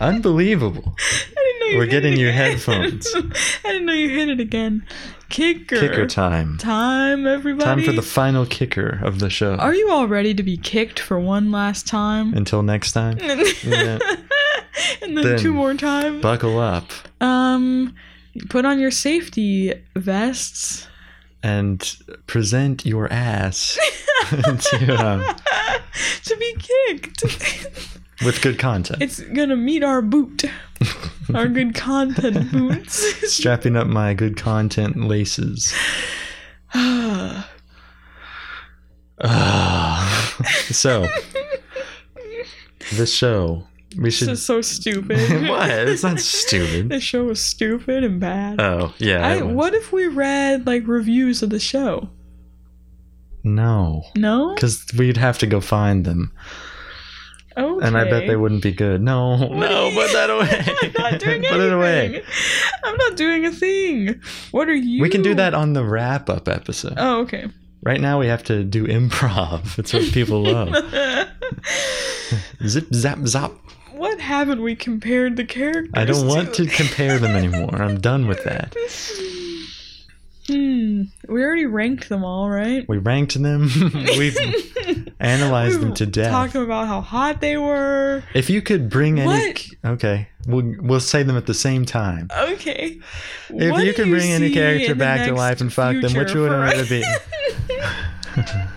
Unbelievable. I didn't know you We're hit getting it you again. headphones. I didn't know you hit it again. Kicker. Kicker time. Time, everybody. Time for the final kicker of the show. Are you all ready to be kicked for one last time? Until next time, Yeah. and then, Then- two more times. buckle up um, put on your safety vests. and present your ass to, um, to be kicked. with good content. it's gonna meet our boot. Our good content boots. Strapping up my good content laces. Ah. so, this show, we This should. is so stupid. what? It's not stupid. This show was stupid and bad. Oh, yeah. I, it was. what if we read like reviews of the show? No. No. Because we'd have to go find them. Okay. And I bet they wouldn't be good. No, What are no, you- put that away. I'm not doing put it away. anything. I'm not doing a thing. What are you? We can do that on the wrap up episode. Oh, okay. Right now, we have to do improv. It's what people love. Zip, zap, zap. what haven't we compared the characters? I don't want to compare them anymore. I'm done with that. Hmm. We already ranked them all, right? We ranked them, we've analyzed them to death. Talking about how hot they were. if you could bring any. What? Okay, we'll, we'll say them at the same time. Okay. If What you do could bring any see character in the back to next life and fuck them, which future one for would us? it be? I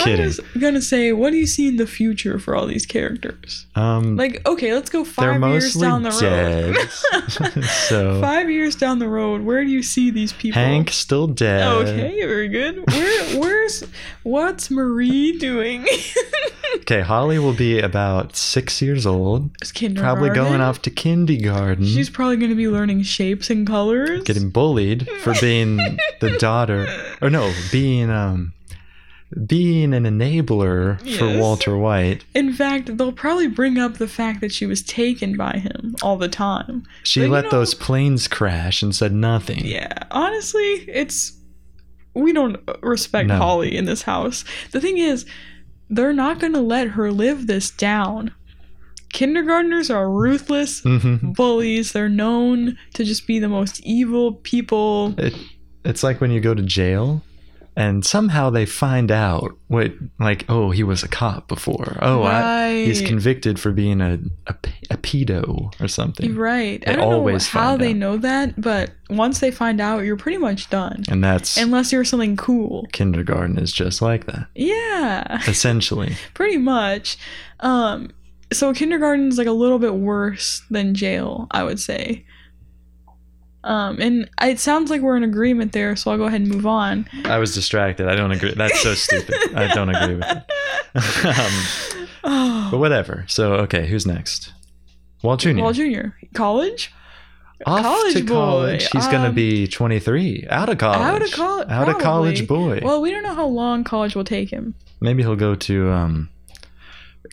Kidding. was gonna say, what do you see in the future for all these characters? Um, Like, okay, let's go they're five years mostly down the road. dead. so Five years down the road, where do you see these people? Hank still dead. Okay, very good. Where, where's what's Marie doing? Okay, Holly will be about six years old, It's kindergarten. probably going off to kindergarten, She's probably going to be learning shapes and colors. getting bullied for being the daughter, or no, being um, being an enabler for Yes. Walter White. In fact, they'll probably bring up the fact that she was taken by him all the time. She But you let know- those planes crash and said nothing. Yeah, honestly, it's we don't respect No. Holly in this house. The thing is, they're not going to let her live this down. Kindergartners are ruthless hmm bullies. They're known to just be the most evil people. It, it's like when you go to jail and somehow they find out what, like, oh, he was a cop before. Oh, I, he's Right. convicted for being a, a, p- a pedo or something. You're right. They I don't know always how find they out. know that, but once they find out, you're pretty much done. And that's Unless you're something cool. kindergarten is just like that, Yeah, essentially. pretty much. Um, so kindergarten is like a little bit worse than jail, I would say. Um, and it sounds like we're in agreement there, so I'll go ahead and move on. I was distracted. I don't agree. That's so stupid. I don't agree with it. um, Oh, but whatever. So, okay, who's next? Walt Jr. Wall Junior, college. Off college to boy, college. He's going to um, be 23. Out of college. Out of college. Out of college boy. Well, we don't know how long college will take him. Maybe he'll go to um,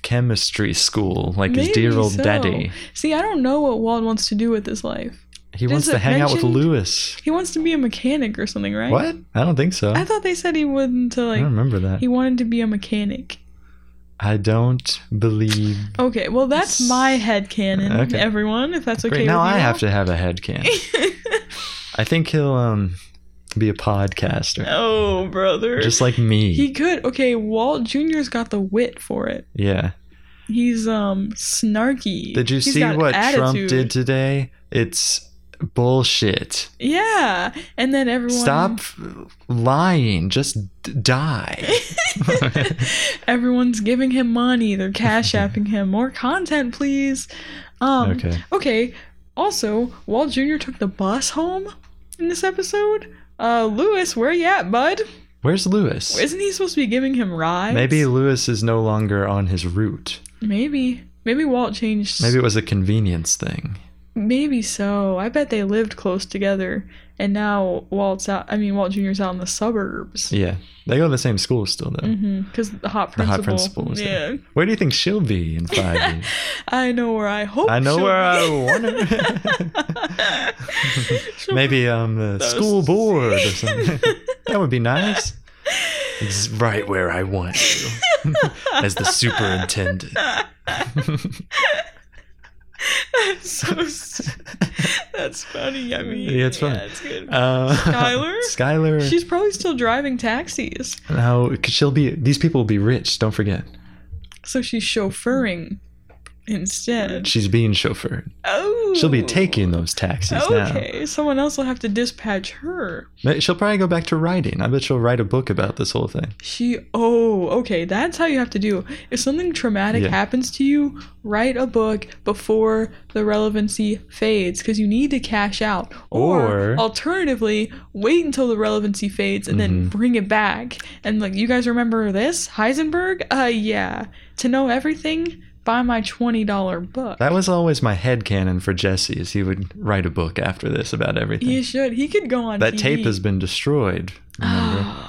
chemistry school like his dear Maybe old so. daddy. See, I don't know what Wald wants to do with his life. He wants Is to it hang out with mentioned? Lewis. He wants to be a mechanic or something, right? What? I don't think so. I, I thought they said he wouldn't to like. don't remember that. He wanted to be a mechanic. I don't believe. Okay, well that's my head canon, Okay. everyone. If that's okay. Great. Now I have to have a head can. I think he'll um be a podcaster, oh, brother. just like me. he could. Okay, Walt Junior's got the wit for it. yeah. He's um snarky. Did you He's see got what Trump attitude. did today? It's bullshit. Yeah, and then everyone Stop f- lying. Just d- die. Everyone's giving him money. They're cash apping him more content, please. Um, okay. okay. Also, Walt Jr. took the bus home in this episode. Uh, Lewis, where you at, bud? Where's Lewis? Isn't he supposed to be giving him rides? Maybe Lewis is no longer on his route. Maybe. Maybe Walt changed. Maybe it was a convenience thing. Maybe so. I bet they lived close together, and now Walt's out. I mean, Walt Jr.'s out in the suburbs. Yeah. They go to the same school still, though. Mm-hmm. Because the hot The principal. hot principal was there. yeah. Where do you think she'll be in five years? I know where I hope. I know she'll where I be. want to. Maybe um the That was- school board or something. that would be nice. It's right where I want you as the superintendent. Uh, That's so. s- That's funny. I mean, Yeah, it's funny. it's good. Uh, Skylar? Skylar. She's probably still driving taxis, no, 'cause she'll be. These people will be rich. Don't forget. so she's chauffeuring instead. She's being chauffeured. Oh, She'll be taking those taxis Okay, someone else will have to dispatch her. now. Ma- She'll probably go back to writing. I bet she'll write a book about this whole thing. She. Oh, okay. That's how you have to do. If something traumatic Yeah. happens to you, write a book before the relevancy fades because you need to cash out. Or- alternatively, wait until the relevancy fades and Mm-hmm. then bring it back. And like, you guys remember this Heisenberg? Uh, yeah. To know everything, buy my twenty dollar book. That was always my headcanon for Jesse is he would write a book after this about everything. he should. He could go on. that TV. tape has been destroyed. Remember?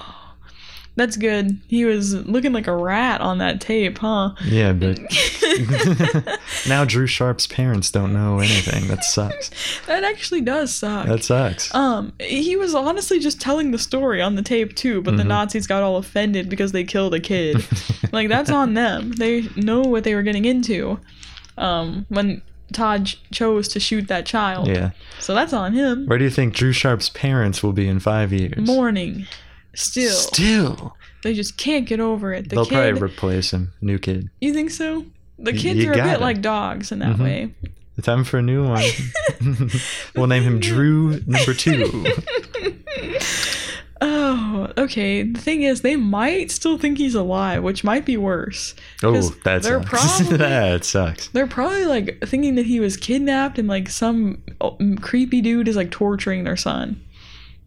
That's good. He was looking like a rat on that tape, huh? yeah, but now Drew Sharp's parents don't know anything. That sucks. That actually does suck. That sucks. um, he was honestly just telling the story on the tape too, but the Mm-hmm. Nazis got all offended because they killed a kid. like that's on them. They know what they were getting into. Um, when Todd ch- chose to shoot that child, Yeah. so that's on him. Where do you think Drew Sharp's parents will be in five years? Mourning, still, Still. they just can't get over it. The They'll kid, probably replace him. New kid. you think so? The Y- kids you are a gotta. bit like dogs in that Mhm. way. Time for a new one. we'll name him Drew number two. Oh, okay. The thing is, they might still think he's alive, which might be worse. Oh, 'Cause that they're sucks. probably- that sucks. They're probably like thinking that he was kidnapped and like some oh, mm, creepy dude is like torturing their son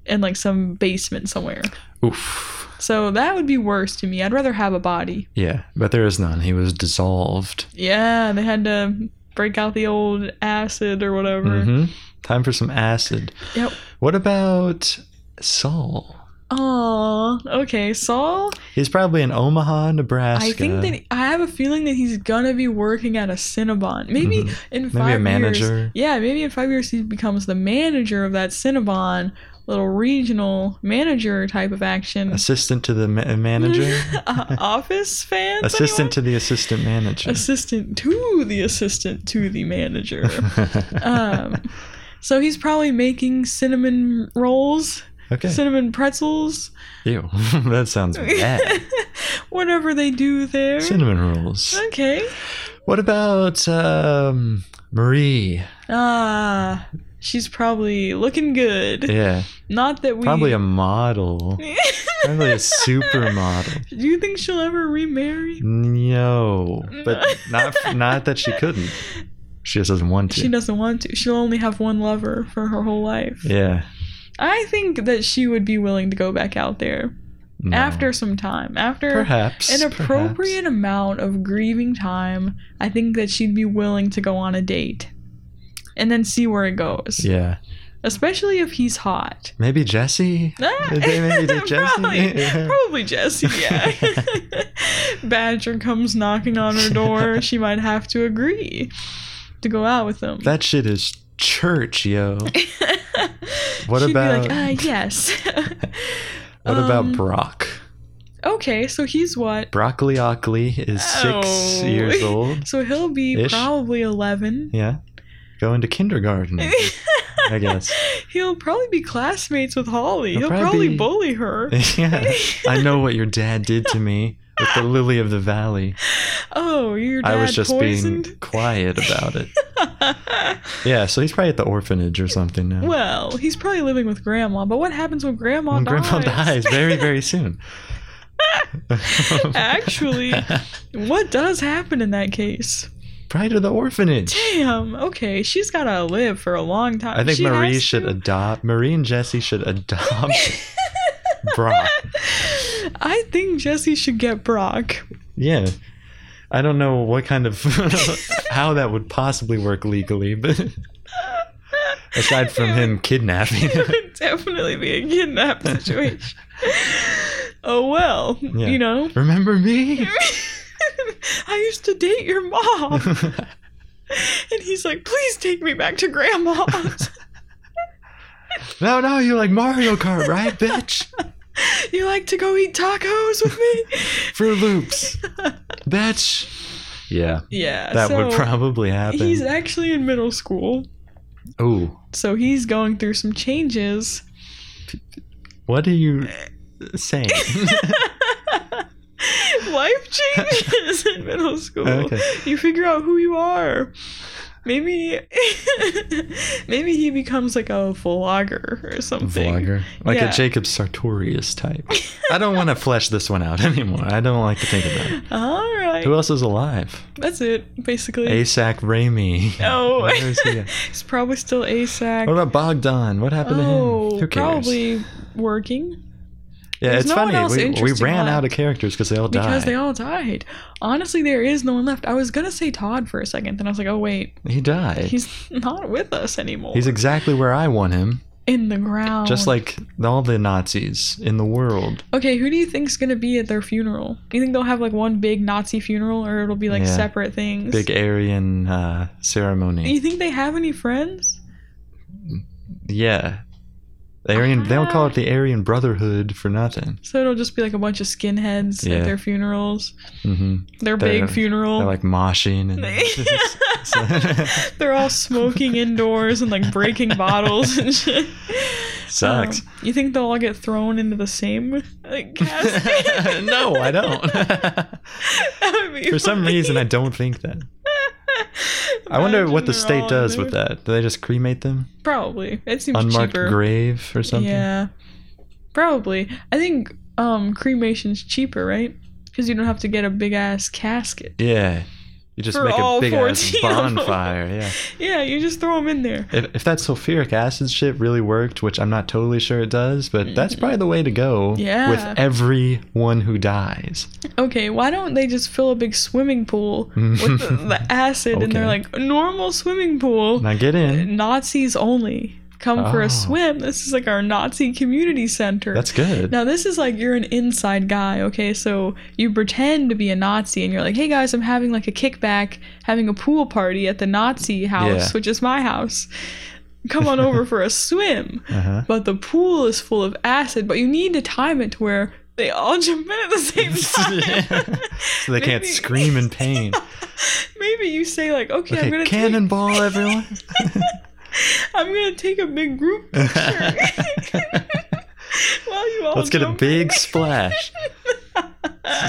in like some basement somewhere. Oof. So that would be worse to me. I'd rather have a body. Yeah, but there is none. He was dissolved. Yeah, they had to break out the old acid or whatever. hmm Time for some acid. Yep. What about Saul? Aw, okay, Saul. He's probably in Omaha, Nebraska. I think that I have a feeling that he's gonna be working at a Cinnabon. Maybe Mhm. in maybe five a manager. years. Yeah, maybe in five years he becomes the manager of that Cinnabon, little regional manager type of action. Assistant to the ma- manager. Uh, office fans. assistant anyone? to the assistant manager. assistant to the assistant to the manager. um, so he's probably making cinnamon rolls, okay. cinnamon pretzels, Ew. that sounds bad. whatever they do there. Cinnamon rolls. Okay. What about um, Marie? Ah, she's probably looking good. Yeah. Not that we Probably a model. Probably a supermodel. Do you think she'll ever remarry? No, but not not that she couldn't. She just doesn't want to. She doesn't want to. She'll only have one lover for her whole life. yeah. I think that she would be willing to go back out there no. after some time. After perhaps an perhaps. appropriate amount of grieving time, I think that she'd be willing to go on a date and then see where it goes. Yeah. Especially if he's hot. Maybe Jesse. Ah, Did they maybe do Jesse? probably, probably Jesse, yeah. Badger comes knocking on her door. She might have to agree to go out with him. That shit is church, yo. What She'd about Be like, uh, yes. what about um, Brock? okay, so he's what? Broccoli Ockley is Oh. six years old. So he'll be Ish. probably 11. Yeah. Going to kindergarten, I guess. He'll probably be classmates with Holly. He'll He'll, probably probably, be- bully her. yeah. I know what your dad did to me with the lily of the valley. oh, your dad I was just poisoned. being quiet about it. Yeah, so he's probably at the orphanage or something now. well, he's probably living with grandma. But what happens when grandma When dies? grandma dies very, very soon. Actually, what does happen in that case? Probably to the orphanage. Damn. Okay, she's gotta live for a long time. I think She Marie has should to- adopt. Marie and Jesse should adopt Brock. I think Jesse should get Brock. Yeah. I don't know what kind of how that would possibly work legally, but aside from It him kidnapping. it would definitely be a kidnap situation. oh well, Yeah. you know. Remember me? I used to date your mom, and he's like, "Please take me back to grandma's." no, no, you like Mario Kart, right, bitch? you like to go eat tacos with me? Fruit Loops. bitch. Yeah. Yeah, That would so probably He's happen. actually in middle school, Oh, so he's going through some changes. what are you Uh, saying? Life changes in middle school. Okay. You figure out who you are. Maybe, maybe he becomes like a vlogger or something. Vlogger. Like Yeah. a Jacob Sartorius type. I don't want to flesh this one out anymore. I don't like to think about it. All right, Who else is alive? that's it basically. ASAC Raimi. Oh. Where is he at? He's probably still ASAC. What about Bogdan? What happened to oh, him? Who cares? probably working yeah, there's it's no one else funny. We, we interesting ran left. out of characters because they all because died. they all died. Honestly, there is no one left. I was gonna say Todd for a second, then I was like, oh wait, he died. He's, he's not with us anymore. exactly where I want him, in the ground. just like all the Nazis in the world. Okay, who do you think's gonna be at their funeral? Do you think they'll have like one big Nazi funeral, or it'll be like Yeah. separate things? Big Aryan uh, Do ceremony. you think they have any friends? Yeah. The Aryan, they don't call it Ah. the Aryan Brotherhood for nothing. So it'll just be like a bunch of skinheads Yeah. at their funerals, hmm their They're- big funeral. They're like moshing and They're all smoking indoors and like breaking bottles and shit. sucks. Um, you think they'll all get thrown into the same like, casket? no, I don't. That would be For some funny. reason, I don't think that. I wonder Imagine what the they're state all does there. with that. Do they just cremate them? Probably. It seems Unmarked cheaper. grave or something? Yeah. Probably. I think um cremation's cheaper, right? Because you don't have to get a big ass casket. Yeah. You just For make a all big ass 14 of them. bonfire. Yeah. Yeah, you just throw them in there. If, if that sulfuric acid shit really worked, which I'm not totally sure it does, but that's probably the way to go Mm. Yeah. with everyone who dies. Okay, why don't they just fill a big swimming pool Mm. with the, the acid and they're Okay. like, normal swimming pool, Now get in. Nazis only. Come for Oh. a swim. This is like our Nazi community center. That's good. Now this is like you're an inside guy, okay? So you pretend to be a Nazi and you're like, "Hey guys, I'm having like a kickback, having a pool party at the Nazi house, Yeah. which is my house. Come on over for a swim." Uh-huh. But the pool is full of acid, but you need to time it to where they all jump in at the same time. so they can't Maybe- scream in pain. Maybe you say like, "Okay, I'm Okay, going to cannonball, everyone. I'm going to take a big group picture." While you all Let's get a jump big splash.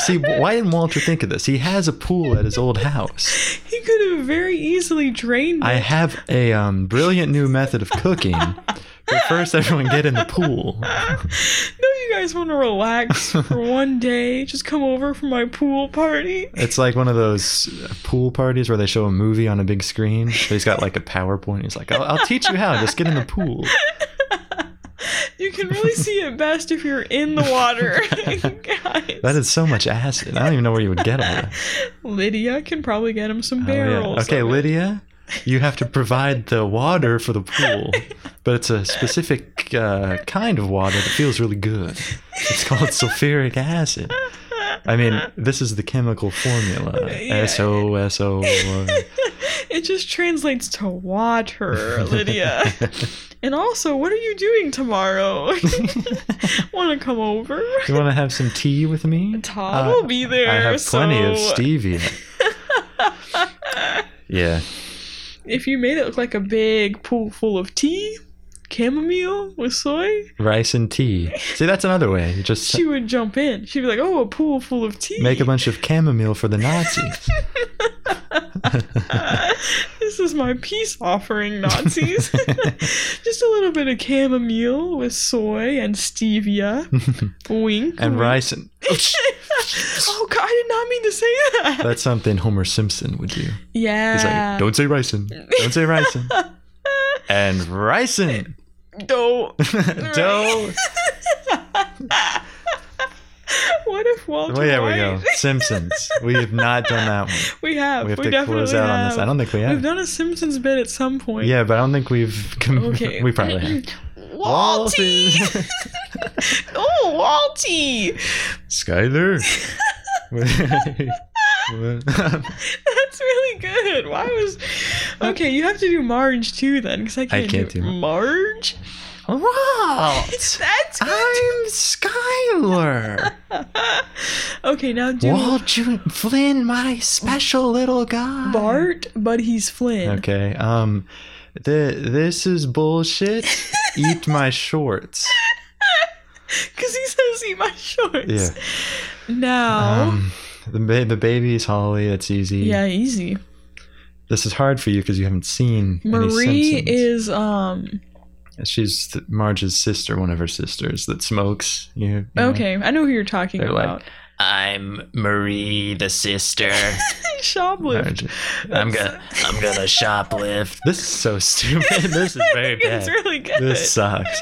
See, why didn't Walter think of this? He has a pool at his old house. in. He could have very easily drained I it. have a um, brilliant new method of cooking. But first, everyone get in the pool. Don't you guys want to relax for one day? Just come over for my pool party. It's like one of those pool parties where they show a movie on a big screen. So he's got like a PowerPoint. He's like, I'll, I'll teach you how. Just get in the pool. You can really see it best if you're in the water, guys. That is so much acid. I don't even know where you would get all that. Lydia can probably get him some Oh, yeah. barrels. Okay, of it. Lydia, you have to provide the water for the pool, but it's a specific uh, kind of water that feels really good. It's called sulfuric acid. I mean, this is the chemical formula. Yeah. S O S O. It just translates to water, Lydia. and also, what are you doing tomorrow? Want to come over? You want to have some tea with me? Todd will be there. Uh, I have plenty of so- stevia. yeah. If you made it look like a big pool full of tea, chamomile with soy, Rice and tea. See, that's another way. You just she would jump in. She'd be like, "Oh, a pool full of tea." make a bunch of chamomile for the Nazis. this is my peace offering, Nazis. Just a little bit of chamomile with soy and stevia. Wink. and wink. rice and oh God, I did not mean to say that. that's something Homer Simpson would do. yeah. He's like, don't say ricin, don't say ricin, and ricin, Don't. dough. what if Walter? Well, there we go. White- Simpsons. We have not done that one. We have. We We, have to definitely close out have. on this. I don't think we have. We've done a Simpsons bit at some point. yeah, but I don't think we've. Com- Okay. We probably have. Walty. oh, Walty. Skyler. That's really good. Why was okay? You have to do Marge too then, because I can't, Uh, can't do Mar- Marge. Walt. That's I'm Skyler. okay. Now do Walt Jun- Flynn, my special little guy. Bart, but he's Flynn. Okay. Um, the this is bullshit. Eat my shorts. Because he says eat my shorts. Yeah. Now, Um, the ba- the baby is Holly. That's easy. yeah, easy. This is hard for you because you haven't seen any Marie Simpsons. is um. She's th- Marge's sister, one of her sisters that smokes. You, you know? Okay, I know who you're talking They're like- about. I'm Marie the sister. Shoplift. Marge. I'm gonna I'm gonna shoplift. This is so stupid. this is very it's bad. really good. This sucks.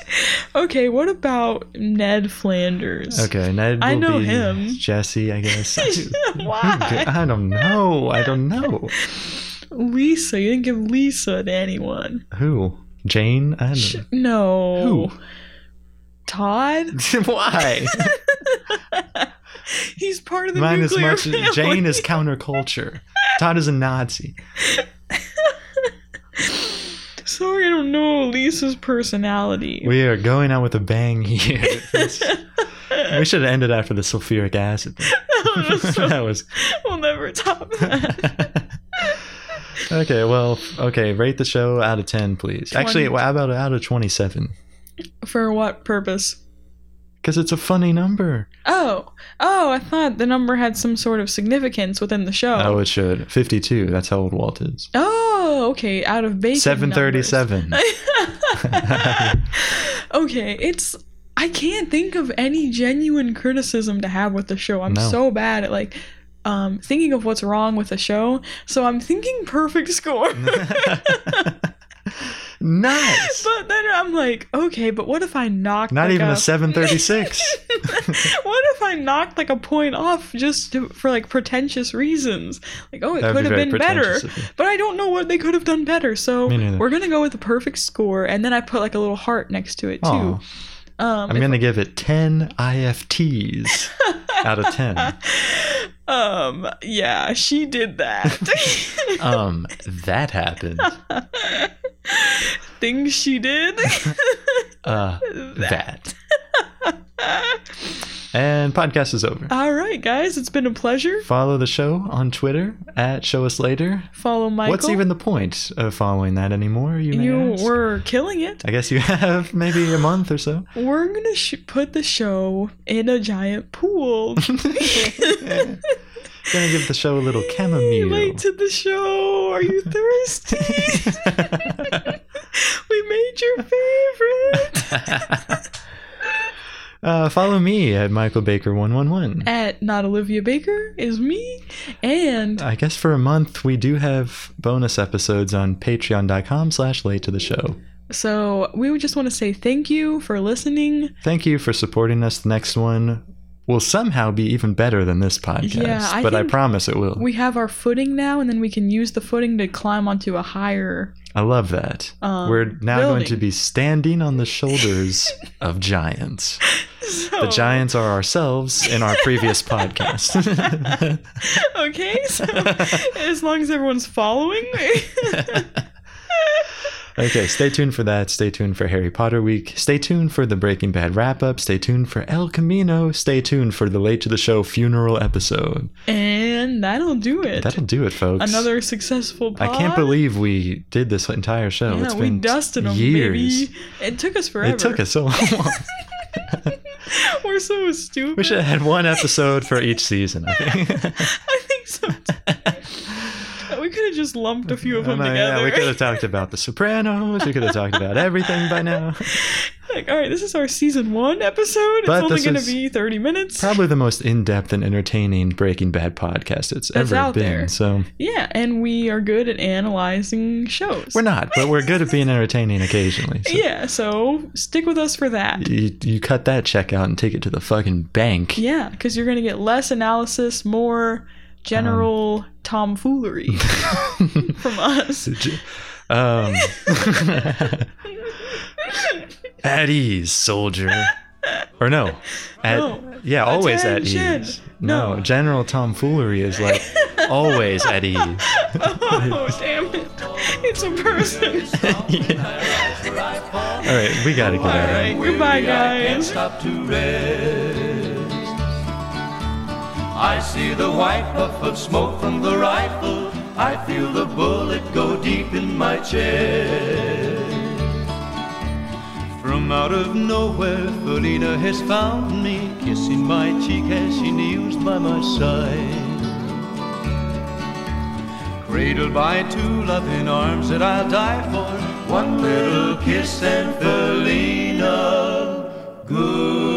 Okay, what about Ned Flanders? Okay, Ned. I will know be him. Jesse, I guess. Why? I don't know. I don't know. Lisa. You didn't give Lisa to anyone. Who? Jane? I don't Sh- know. no. Todd? Why? He's part of the Mine is nuclear much. family. Jane is counterculture. Todd is a Nazi. Sorry, I don't know Lisa's personality. We are going out with a bang here. This- we should have ended after the sulfuric acid. thing. that was we'll never top that. okay. Well, okay. Rate the show out of ten, please. Actually, Twenty. how about out of twenty-seven? For what purpose? Because it's a funny number. Oh, oh, I thought the number had some sort of significance within the show. Oh, it should. Fifty-two. That's how old Walt is. Oh, okay, out of bacon. Seven thirty-seven. numbers. okay, it's. I can't think of any genuine criticism to have with the show. I'm No. so bad at like. um, thinking of what's wrong with the show, so I'm thinking perfect score. nice. but then I'm like, okay, but what if I knock? Not like even a a 736. what if I knocked like a point off just to, for like pretentious reasons? Like, oh, it That'd could be have very been better, pretentious of you. but I don't know what they could have done better. So Me neither. we're gonna go with the perfect score, and then I put like a little heart next to it too. Aw. Um, I'm if- going to give it 10 IFTs out of 10. um, yeah, she did that. Um, that happened. Things she did. Uh, that. And podcast is over. All right, guys, it's been a pleasure. Follow the show on Twitter at Show Us Later. Follow Michael. What's even the point of following that anymore? You may you ask? were killing it. I guess you have maybe a month or so. We're gonna sh- put the show in a giant pool. Gonna give the show a little chamomile. Late to the show. Are you thirsty? we made your favorite uh, follow me at Michael Baker one one one. at not Olivia Baker is me, and I guess for a month we do have bonus episodes on patreon.com slash late to the show. so we would just want to say thank you for listening. Thank you for supporting us. The next one will somehow be even better than this podcast. Yeah, I but I think promise it will. We have our footing now, and then we can use the footing to climb onto a higher. I love that. Um, We're now going to building. be standing on the shoulders of giants. So, The giants are ourselves in our previous podcast. Okay, so as long as everyone's following. okay, stay tuned for that. Stay tuned for Harry Potter week. Stay tuned for the Breaking Bad wrap up. Stay tuned for El Camino. Stay tuned for the Late to the Show funeral episode. and that'll do it. That'll do it, folks. Another successful pod. I can't believe we did this entire show. yeah, Oh, it's we been dusted them, years. baby. It took us forever. It took us so long. We're so stupid. we should have had one episode for each season. I think. I think so. too. we could have just lumped a few of them I know, together. Yeah, we could have talked about The Sopranos. We could have talked about everything by now. like, all right, this is our season one episode. But it's only this going to is be thirty minutes. Probably the most in depth and entertaining Breaking Bad podcast it's ever out been. there. So yeah, and we are good at analyzing shows. we're not, but we're good at being entertaining occasionally. So Yeah, so stick with us for that. you, you cut that check out and take it to the fucking bank. Yeah, because you're going to get less analysis, more general tomfoolery from us. Um, at ease, soldier. Or no, at, No. yeah, always at Attention. ease. No, No. general tomfoolery is like always at ease. Oh, damn it. It's a person. All right, we gotta get All out of here. right, goodbye, guys. stop to rest. I see the white puff of smoke from the rifle. I feel the bullet go deep in my chest. From out of nowhere, Felina has found me, kissing my cheek as she kneels by my side. Cradled by two loving arms that I'll die for. One little kiss and Felina, good.